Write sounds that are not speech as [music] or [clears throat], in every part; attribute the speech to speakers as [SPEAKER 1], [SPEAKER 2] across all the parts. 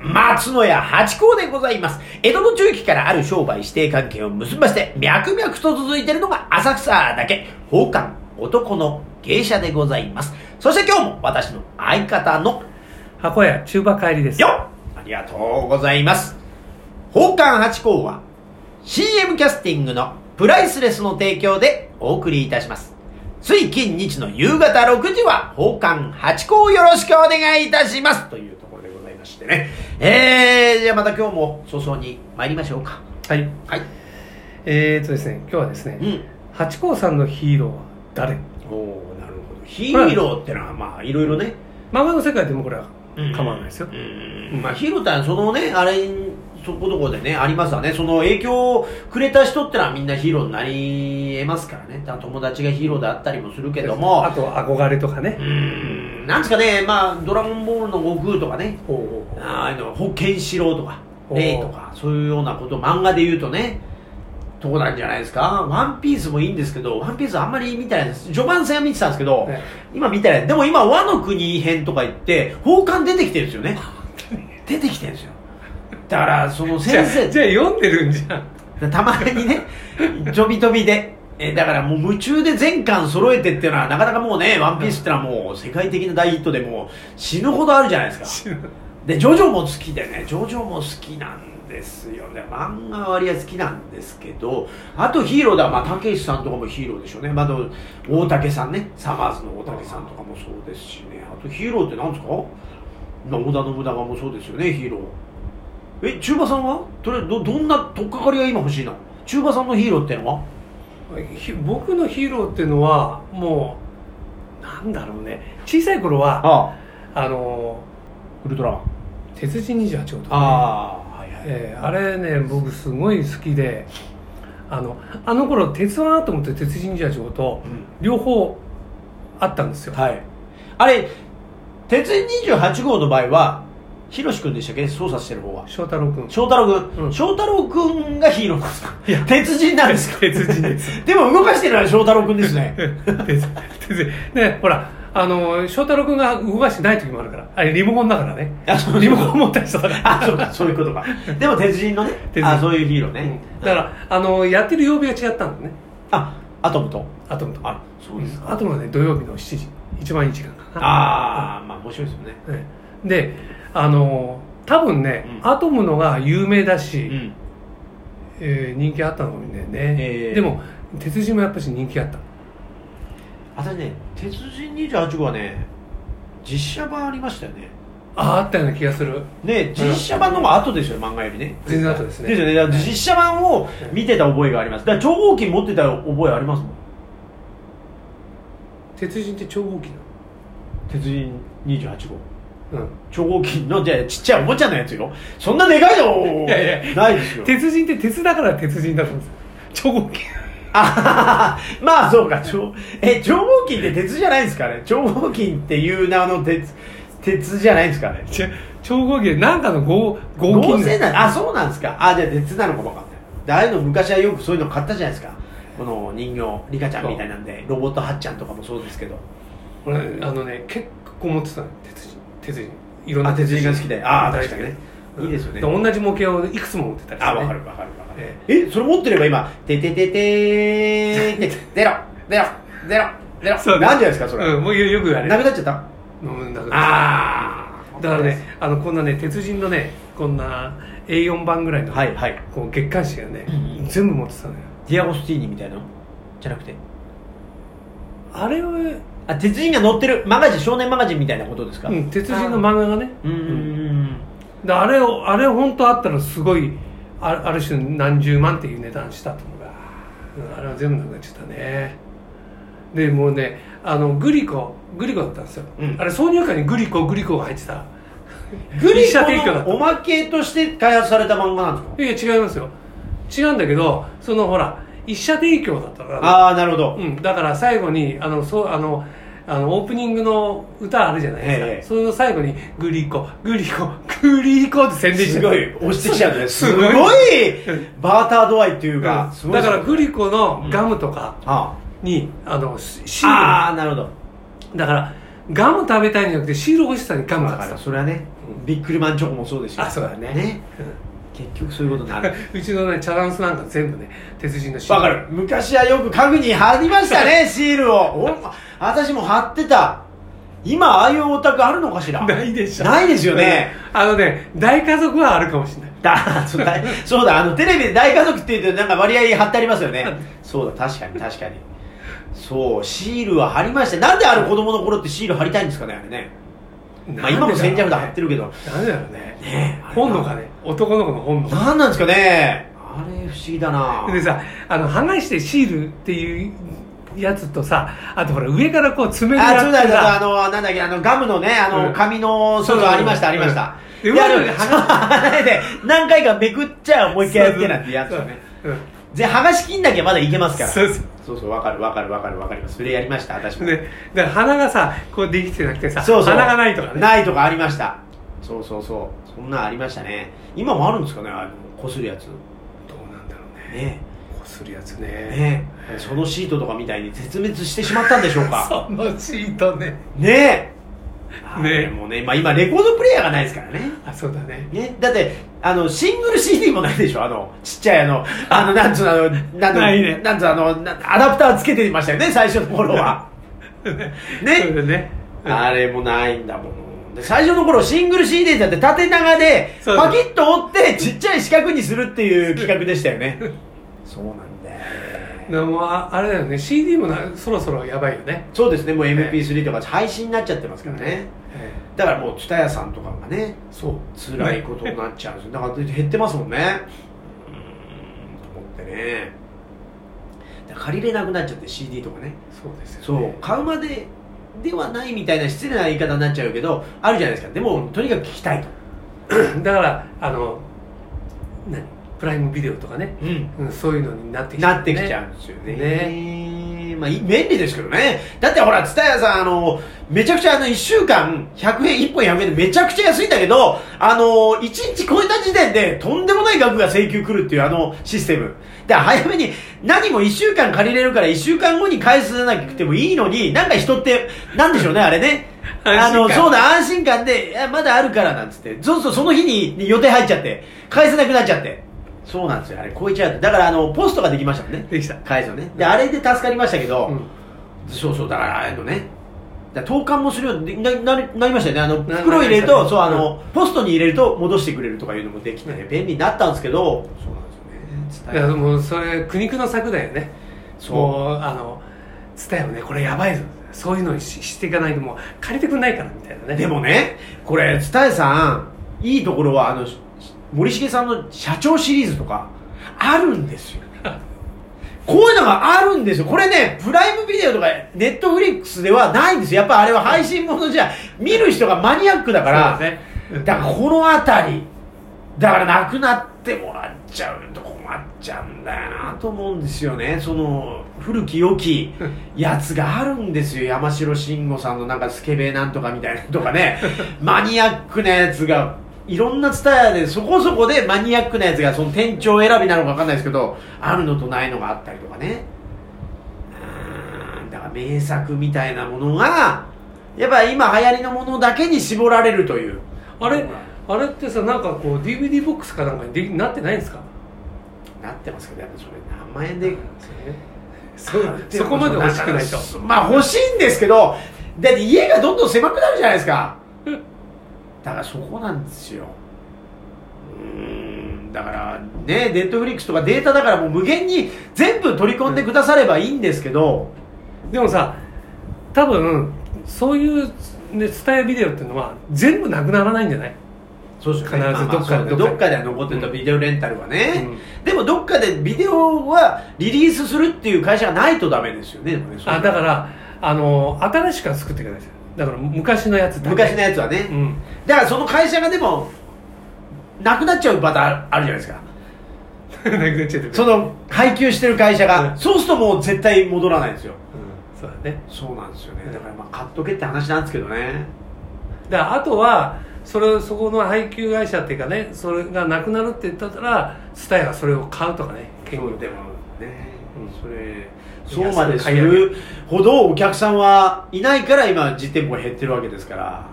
[SPEAKER 1] 松野屋八甲でございます。江戸の中期からある商売指定関係を結びまして、脈々と続いているのが浅草だけ、宝冠男の芸者でございます。そして今日も私の相方の
[SPEAKER 2] 箱屋中馬帰りです
[SPEAKER 1] よっありがとうございます。宝冠八甲は CM キャスティングのプライスレスの提供でお送りいたします。つい近日の夕方6時は宝冠八甲をよろしくお願いいたします。というところでございましてね。えー、じゃあまた今日も早々に参りましょうか。
[SPEAKER 2] はい
[SPEAKER 1] はい。
[SPEAKER 2] えー、っとですね今日はですね、
[SPEAKER 1] うん。
[SPEAKER 2] 八甲さんのヒーローは誰
[SPEAKER 1] おおなるほど。ヒーローってのはまあいろいろね。
[SPEAKER 2] 漫画の世界でもこれは構わないですよ、
[SPEAKER 1] うんまあ、ヒーローってのはそのねあれそこどこでねありますわねその影響をくれた人ってのはみんなヒーローになり得ますからねだから友達がヒーローであったりもするけども
[SPEAKER 2] あと憧れとかね
[SPEAKER 1] う、んなんですかねまあ「ドラゴンボール」の悟空とかね
[SPEAKER 2] おうおうおう
[SPEAKER 1] ああいうの保健四郎とか
[SPEAKER 2] おー
[SPEAKER 1] レイとかそういうようなこと漫画で言うとねとこなんじゃないですかワンピースもいいんですけどワンピースあんまり見てないです序盤戦は見てたんですけど、
[SPEAKER 2] ね
[SPEAKER 1] 今見たらでも今和の国編とか言って奉還出てきてるんですよね出てきてるんですよだからその
[SPEAKER 2] じゃ
[SPEAKER 1] 先
[SPEAKER 2] あ
[SPEAKER 1] 生
[SPEAKER 2] じゃあ読んでるんじゃん [laughs]
[SPEAKER 1] たまにねちょびとびでえだからもう夢中で全巻揃えてっていうのはなかなかもうね「ワンピースってのはもう世界的な大ヒットでもう死ぬほどあるじゃないですかでジョジョも好きでねジョジョも好きなんですよね漫画は割合好きなんですけどあとヒーローだまあたけしさんとかもヒーローでしょうね、まあ、あと大竹さんねサマーズの大竹さんとかもそうですしねあとヒーローって何ですかまあ織田信長もそうですよねヒーローえ中馬さんはとりあえずどどんな取っかかりが今欲しいの中馬さんのヒーローってのは
[SPEAKER 2] ひ僕のヒーローっていうのはもうなんだろうね小さい頃はあ
[SPEAKER 1] ああ
[SPEAKER 2] の
[SPEAKER 1] ウルトラマン
[SPEAKER 2] 鉄人28号とかね、
[SPEAKER 1] ああはいはい、
[SPEAKER 2] えーあれね僕すごい好きであのあの頃鉄腕アトムと鉄人28号と
[SPEAKER 1] うん
[SPEAKER 2] 両方あったんですよ、
[SPEAKER 1] はい、あれ鉄人28号の場合はひろし君でしたっけ操作してる方は
[SPEAKER 2] 翔太郎君 [laughs]
[SPEAKER 1] 翔太郎君、
[SPEAKER 2] うん
[SPEAKER 1] 翔太郎君がヒーローなんですか
[SPEAKER 2] いや
[SPEAKER 1] 鉄人なんですか
[SPEAKER 2] [laughs] 鉄人です
[SPEAKER 1] でも動かしてるのは翔太郎君です
[SPEAKER 2] [laughs]
[SPEAKER 1] ね
[SPEAKER 2] 鉄鉄ねほらあの翔太郎君が動かしてない時もあるからあれリモコンだからね
[SPEAKER 1] あそう
[SPEAKER 2] リモコン持った人だから
[SPEAKER 1] あそうかそういうことかでも鉄人のね
[SPEAKER 2] 鉄人
[SPEAKER 1] あそういうヒーローね、
[SPEAKER 2] うんだからあのやってる曜日が違ったんだね
[SPEAKER 1] あアトムと
[SPEAKER 2] アトムと
[SPEAKER 1] あそうです
[SPEAKER 2] アトムはね土曜日の7時一番いい時間かな
[SPEAKER 1] ああまあ面白いですよね
[SPEAKER 2] ねであの多分ね、
[SPEAKER 1] うん
[SPEAKER 2] アトムのが有名だし、
[SPEAKER 1] うん
[SPEAKER 2] えー人気あったのもね、
[SPEAKER 1] えー
[SPEAKER 2] でも鉄人もやっぱし人気あった
[SPEAKER 1] 私ね鉄人28号はね実写版ありましたよね
[SPEAKER 2] あああったような気がする
[SPEAKER 1] ね実写版の方が後ですよね漫画よりね
[SPEAKER 2] 全然後ですね
[SPEAKER 1] ですよねだから実写版を見てた覚えがありますだから超合金持ってた覚えありますもん
[SPEAKER 2] 鉄人って超合金
[SPEAKER 1] 鉄人28号
[SPEAKER 2] なの、
[SPEAKER 1] 超合金のじゃあちっちゃいおもちゃのやつよそんなでかいの
[SPEAKER 2] いやいや
[SPEAKER 1] ないです
[SPEAKER 2] うん、
[SPEAKER 1] よ
[SPEAKER 2] 鉄人って鉄だから鉄人だと思うんですよ超合金
[SPEAKER 1] あはははまあそうか超え超合金って鉄じゃないんですかね超合金っていう名の鉄鉄じゃないんですかね
[SPEAKER 2] ちょ超合金なんかの合合
[SPEAKER 1] 合
[SPEAKER 2] 金だ
[SPEAKER 1] 成
[SPEAKER 2] よ
[SPEAKER 1] なあそうなんですかあじゃあ鉄なのかもわかんないでああいうの昔はよくそういうの買ったじゃないですかこの人形リカちゃんみたいなんでロボットハッちゃんとかもそうですけど
[SPEAKER 2] 俺あのね結構持ってたの鉄人鉄人いろん
[SPEAKER 1] あ
[SPEAKER 2] な
[SPEAKER 1] 鉄人が好きでああ
[SPEAKER 2] 大
[SPEAKER 1] 確
[SPEAKER 2] 好
[SPEAKER 1] か
[SPEAKER 2] き
[SPEAKER 1] にね
[SPEAKER 2] うん
[SPEAKER 1] いいですよね
[SPEAKER 2] 同じ模型をいくつも持ってたりして、ね、
[SPEAKER 1] あ、わかるわかるわかる
[SPEAKER 2] え。
[SPEAKER 1] え、それ持ってれば今、ててててーって、ゼロ、ゼロ、ゼロ、ゼロ。
[SPEAKER 2] そうね
[SPEAKER 1] なんじゃないですか、それ。
[SPEAKER 2] うん、もうよよく言われ
[SPEAKER 1] な
[SPEAKER 2] る
[SPEAKER 1] くなっちゃった
[SPEAKER 2] うんだから
[SPEAKER 1] あー。
[SPEAKER 2] だからね、あのこんなね鉄人のねこんな A4 版ぐらいの、
[SPEAKER 1] はいはい。
[SPEAKER 2] こう月刊誌がね、
[SPEAKER 1] う
[SPEAKER 2] 全部持ってたのよ
[SPEAKER 1] ディアゴスティーニみたいなのじゃなくて。
[SPEAKER 2] あれは、
[SPEAKER 1] あ、鉄人が乗ってるマガジン、少年マガジンみたいなことですか
[SPEAKER 2] うん、鉄人の漫画がね
[SPEAKER 1] うーん。
[SPEAKER 2] であれをあれ本当あったらすごいあある種何十万っていう値段したと思うから、うん、あれは全部なくなっちゃったねでもうねあのグリコグリコだったんですよ、
[SPEAKER 1] うん
[SPEAKER 2] あれ挿入歌にグリコグリコが入ってた
[SPEAKER 1] [laughs] グリ
[SPEAKER 2] 一社
[SPEAKER 1] コ
[SPEAKER 2] 提供だった
[SPEAKER 1] のおまけとして開発された漫画なんですか
[SPEAKER 2] いや違いますよ違うんだけどそのほら一社提供だったから
[SPEAKER 1] あー、なるほど。
[SPEAKER 2] うん、だから最後にあのそうあのあのオープニングの歌あるじゃないですか、
[SPEAKER 1] ええ
[SPEAKER 2] それの最後にグリコグリコグリコって宣伝
[SPEAKER 1] す
[SPEAKER 2] してる
[SPEAKER 1] ごい、押してきちゃうね。す
[SPEAKER 2] す
[SPEAKER 1] ご
[SPEAKER 2] ご
[SPEAKER 1] い
[SPEAKER 2] い、
[SPEAKER 1] バーター度合いっていううんか、すごい
[SPEAKER 2] だからグリコのガムとか
[SPEAKER 1] あ
[SPEAKER 2] に、あのシシ
[SPEAKER 1] ー。
[SPEAKER 2] ー
[SPEAKER 1] あー、なるほど。
[SPEAKER 2] ルだからガム食べたいんじゃなくてシール欲しさにガム
[SPEAKER 1] だ
[SPEAKER 2] 買
[SPEAKER 1] か
[SPEAKER 2] って
[SPEAKER 1] ら
[SPEAKER 2] た
[SPEAKER 1] それはね
[SPEAKER 2] う
[SPEAKER 1] ビックリマンチョコもそうですよ
[SPEAKER 2] あそうだね
[SPEAKER 1] ね結局そういうことになる
[SPEAKER 2] うんうちのね茶ダンスなんか全部ね鉄人のシー
[SPEAKER 1] わ
[SPEAKER 2] ル
[SPEAKER 1] かる昔はよく家具に貼りましたねシールをお私も貼ってた今ああいうオタクあるのかしら
[SPEAKER 2] ないでしょ
[SPEAKER 1] ないですよね、
[SPEAKER 2] あのね大家族はあるかもしれない
[SPEAKER 1] だそうだそうだあのテレビで大家族って言うとなんか割合貼ってありますよねそうだ確かに確かにそうシールは貼りましたなんであれ子供の頃ってシール貼りたいんですかねあれね、まあ、今も先着で貼って
[SPEAKER 2] る
[SPEAKER 1] るけど
[SPEAKER 2] なんでだろうね
[SPEAKER 1] ねえ
[SPEAKER 2] 本能がね男の子の本能
[SPEAKER 1] なんなんですかねあれ不思議だな
[SPEAKER 2] でさあの剥がしてシールっていうやつとさあとほら上からこう爪でや
[SPEAKER 1] あ、
[SPEAKER 2] って
[SPEAKER 1] そうだ、そうだ、あ
[SPEAKER 2] さ
[SPEAKER 1] の、なんだっけ、あの、ガムのね、あ
[SPEAKER 2] うん
[SPEAKER 1] の、紙の、そう
[SPEAKER 2] そうそう
[SPEAKER 1] そう、ありました、ありました。
[SPEAKER 2] う
[SPEAKER 1] い
[SPEAKER 2] ん
[SPEAKER 1] や、で
[SPEAKER 2] うまい
[SPEAKER 1] も、
[SPEAKER 2] よね
[SPEAKER 1] [laughs] 離れて、何回かめくっちゃ、もう一回やってなんてやつ
[SPEAKER 2] そう
[SPEAKER 1] ね。
[SPEAKER 2] そう
[SPEAKER 1] で、剥がしきんだけまだいけますから。
[SPEAKER 2] そうそう
[SPEAKER 1] そうそう、わかる、わかる、わかる、わかります。それやりました、私
[SPEAKER 2] うん
[SPEAKER 1] も。
[SPEAKER 2] でだから鼻がさこうできてなくてさ
[SPEAKER 1] そうそう。
[SPEAKER 2] 鼻がないとかね
[SPEAKER 1] ないとかありました。そうそうそう。そんなんありましたね。今もあるんですかね、あの、こするやつ。
[SPEAKER 2] どうなんだろうね
[SPEAKER 1] ね
[SPEAKER 2] こするやつ
[SPEAKER 1] え。
[SPEAKER 2] ね
[SPEAKER 1] ねえ。そのシートとかみたいに絶滅してしまったんでしょうか。
[SPEAKER 2] [laughs] そのシートね
[SPEAKER 1] ねえ。
[SPEAKER 2] ねえ
[SPEAKER 1] あれもね、まあ今、レコードプレイヤーがないですからね。
[SPEAKER 2] あそうだね
[SPEAKER 1] ね、だってあのシングル CD もないでしょあのちっちゃいあのあのなんつうのあのなんつう
[SPEAKER 2] ない
[SPEAKER 1] の
[SPEAKER 2] ね
[SPEAKER 1] なんつうのあのなアダプターつけてましたよね最初の頃は
[SPEAKER 2] それ
[SPEAKER 1] ね
[SPEAKER 2] でねうん
[SPEAKER 1] あれもないんだもんで最初の頃シングル CD だって縦長で
[SPEAKER 2] そう
[SPEAKER 1] パキッと折ってちっちゃい四角にするっていう企画でしたよねそうなんだよね
[SPEAKER 2] でもああれだよね CD もなそろそろやばいよね
[SPEAKER 1] そうですねもう MP3 とか配信になっちゃってますからね
[SPEAKER 2] え
[SPEAKER 1] だからもう蔦屋さんとかがね
[SPEAKER 2] えそう
[SPEAKER 1] 辛いことになっちゃうんですよだから減ってますもんねうーんと思ってねだから借りれなくなっちゃって CD とかね
[SPEAKER 2] そうですよ、ね、
[SPEAKER 1] そう買うまでではないみたいな失礼な言い方になっちゃうけどあるじゃないですかでもとにかく聞きたいと、
[SPEAKER 2] [clears throat] だからあの何プライムビデオとかね、うん、そういうのになってきちゃう、ね、
[SPEAKER 1] なってきちゃうんですよね
[SPEAKER 2] ね
[SPEAKER 1] まあいい便利ですけどねだってほら蔦屋さんあのめちゃくちゃあの1週間100円1本100円でめちゃくちゃ安いんだけどあの1日超えた時点でとんでもない額が請求来るっていうあのシステムだから早めに何も1週間借りれるから1週間後に返すなくてもいいのになんか人ってなんでしょうねあれねあ
[SPEAKER 2] [laughs] 安心
[SPEAKER 1] の
[SPEAKER 2] 感
[SPEAKER 1] そうだ安心感でいやまだあるからなんつってそうするとその日に予定入っちゃって返せなくなっちゃってそうなんですよあれ超えちゃうとだからあのポストができましたもんね
[SPEAKER 2] できた
[SPEAKER 1] 返すのねであれで助かりましたけど、
[SPEAKER 2] うん
[SPEAKER 1] そうそうだからあのねだから投函もするようになななりましたよねあの
[SPEAKER 2] な
[SPEAKER 1] 袋入れる
[SPEAKER 2] なりま
[SPEAKER 1] と、
[SPEAKER 2] した
[SPEAKER 1] そう
[SPEAKER 2] ね
[SPEAKER 1] あのポストに入れると戻してくれるとかいうのもできて、
[SPEAKER 2] ね
[SPEAKER 1] 便利になったんですけどそうなんです
[SPEAKER 2] だ
[SPEAKER 1] よ
[SPEAKER 2] か
[SPEAKER 1] ね
[SPEAKER 2] らもうそれ苦肉の策だよね
[SPEAKER 1] そう
[SPEAKER 2] もうあの伝えもねこれやばいぞそういうのにししていかないともう借りてくんないからみたいなね
[SPEAKER 1] でもねこれ蔦屋さんいいところはあのし森重さんの社長シリーズとかあるんですよ [laughs] こういうのがあるんですよこれねプライムビデオとかネットフリックスではないんですよやっぱあれは配信ものじゃ見る人がマニアックだ
[SPEAKER 2] だ
[SPEAKER 1] から
[SPEAKER 2] ね
[SPEAKER 1] だからこの辺りだからなくなってもらっちゃうと困っちゃうんだよなと思うんですよねその古き良きやつがあるんですよ山城慎吾さんのなんかスケベなんとかみたいなのとかねマニアックなやつがいろんなツタヤでそこそこでマニアックなやつがその店長選びなのか分かんないですけどあるのとないのがあったりとかねうーんだから名作みたいなものがやっぱ今流行りのものだけに絞られるという
[SPEAKER 2] あれあれってさなんかこう DVD ボックスかなんかにでなってないんですか
[SPEAKER 1] なってますけどやっぱそれ何万円で
[SPEAKER 2] それねそそこまで欲しくないと
[SPEAKER 1] んかまあ欲しいんですけどだって家がどんどん狭くなるじゃないですかだからそこなんですようーんだからねネットフリックスとかデータだからもう無限に全部取り込んでくださればいいんですけど、
[SPEAKER 2] でもさ多分そういう、ね、伝えビデオっていうのは全部なくならないんじゃない
[SPEAKER 1] そうですよね
[SPEAKER 2] 必ず
[SPEAKER 1] まあまあ
[SPEAKER 2] どっかで
[SPEAKER 1] そう
[SPEAKER 2] ど
[SPEAKER 1] ど
[SPEAKER 2] っかで
[SPEAKER 1] っかでは残ってたビデオレンタルはね、
[SPEAKER 2] う
[SPEAKER 1] でもどっかでビデオはリリースするっていう会社がないとダメですよねでもねそういう
[SPEAKER 2] あ
[SPEAKER 1] の
[SPEAKER 2] だからあの新しくは作ってくださいだから昔のやつだけ
[SPEAKER 1] 昔のやつはね、
[SPEAKER 2] うん
[SPEAKER 1] だからその会社がでもなくなっちゃうパターンあるじゃないですか
[SPEAKER 2] [laughs] なくなっちゃってる
[SPEAKER 1] その配給してる会社が、
[SPEAKER 2] うん
[SPEAKER 1] そうするともう絶対戻らないんですよ
[SPEAKER 2] うんそうだね
[SPEAKER 1] そうなんですよ
[SPEAKER 2] う
[SPEAKER 1] ね
[SPEAKER 2] ん
[SPEAKER 1] だからまあ買っとけって話なんですけどね
[SPEAKER 2] だからあとはそれそこの配給会社っていうかねそれがなくなるって言ったらスタヤがそれを買うとかね
[SPEAKER 1] 結構でもね、
[SPEAKER 2] うん
[SPEAKER 1] それそうまです
[SPEAKER 2] いやそれ買い上
[SPEAKER 1] るほどお客さんはいないから今実店舗が減ってるわけですから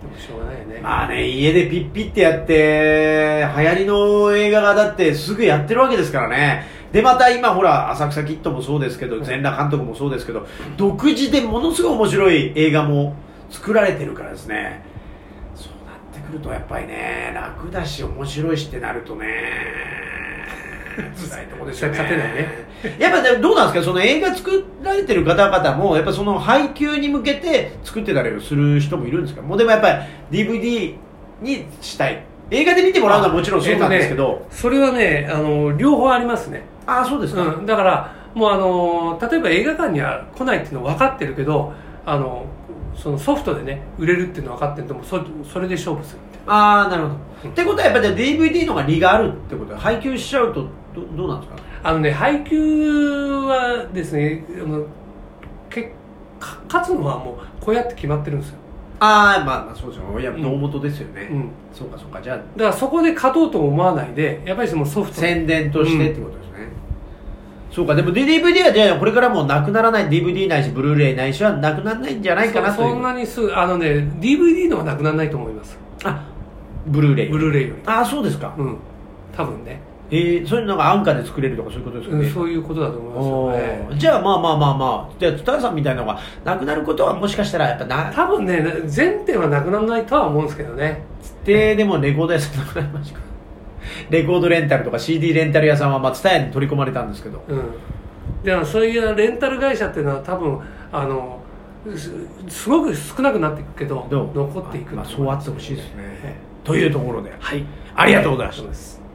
[SPEAKER 2] でもしょうがないよね、
[SPEAKER 1] まあね家でピッピってやって流行りの映画がだってすぐやってるわけですからねでまた今ほら「浅草キッド」もそうですけど全裸監督もそうですけど独自でものすごい面白い映画も作られてるからですねそうなってくるとやっぱりね楽だし面白いしってなるとね [laughs] 辛いとこですよね
[SPEAKER 2] 勝てないね
[SPEAKER 1] [laughs] やっぱでもどうなんですかその映画作られてる方々もやっぱその配給に向けて作ってたりする人もいるんですかもうでもやっぱり DVD にしたい映画で見てもらうのはもちろんそうなんですけ
[SPEAKER 2] えっと
[SPEAKER 1] ど
[SPEAKER 2] ね、それはねあの両方ありますね、
[SPEAKER 1] ああそうですか、
[SPEAKER 2] うん、だからもうあの例えば映画館には来ないっていうの分かってるけどあのそのソフトでね売れるっていうの分かってるともうそそれで勝負するみたい
[SPEAKER 1] ああなるほ
[SPEAKER 2] う
[SPEAKER 1] ど
[SPEAKER 2] ん
[SPEAKER 1] ってことはやっぱり DVD の方が利があるってことは配給しちゃうとどどうなんですか
[SPEAKER 2] なあのね配給はですねあのけか勝つのはもうこうやって決まってるんですよ、
[SPEAKER 1] ああまあまあそうですよいや
[SPEAKER 2] うん
[SPEAKER 1] 脳元ですよね、
[SPEAKER 2] うん、
[SPEAKER 1] そうかそうかじゃあ
[SPEAKER 2] だからそこで勝とうとも思わないでやっぱりそのソフト
[SPEAKER 1] 宣伝としてってことですね、そうかでも DVD はじゃあこれからもうなくならない DVD ないしブルーレイないしはなくならないんじゃないかなと
[SPEAKER 2] そ
[SPEAKER 1] いう
[SPEAKER 2] そんなにすぐあのね DVD のはなくならないと思います
[SPEAKER 1] あブルーレイ
[SPEAKER 2] ブルーレイより
[SPEAKER 1] ああそうですか、
[SPEAKER 2] うん多分ね
[SPEAKER 1] えー、そういうのが安価で作れるとかそういうことですか
[SPEAKER 2] う
[SPEAKER 1] ね、
[SPEAKER 2] ん、そういうことだと思います
[SPEAKER 1] お
[SPEAKER 2] よ、
[SPEAKER 1] ー
[SPEAKER 2] ええ
[SPEAKER 1] じゃあまあまあまあまあじゃあ津田さんみたいなのがなくなることはもしかしたらやっぱな
[SPEAKER 2] 多分ね全店はなくならないとは思うんですけどね
[SPEAKER 1] ででもレコード屋さんなくなりましたレコードレンタルとか CD レンタル屋さんはまあ蔦屋に取り込まれたんですけど
[SPEAKER 2] うんだからそういうレンタル会社っていうのは多分あのすすごく少なくなっていくけど
[SPEAKER 1] どう
[SPEAKER 2] 残っていく
[SPEAKER 1] まあ、そうあってほしいですね、
[SPEAKER 2] え
[SPEAKER 1] というところで
[SPEAKER 2] えはい
[SPEAKER 1] ありがとうございました
[SPEAKER 2] す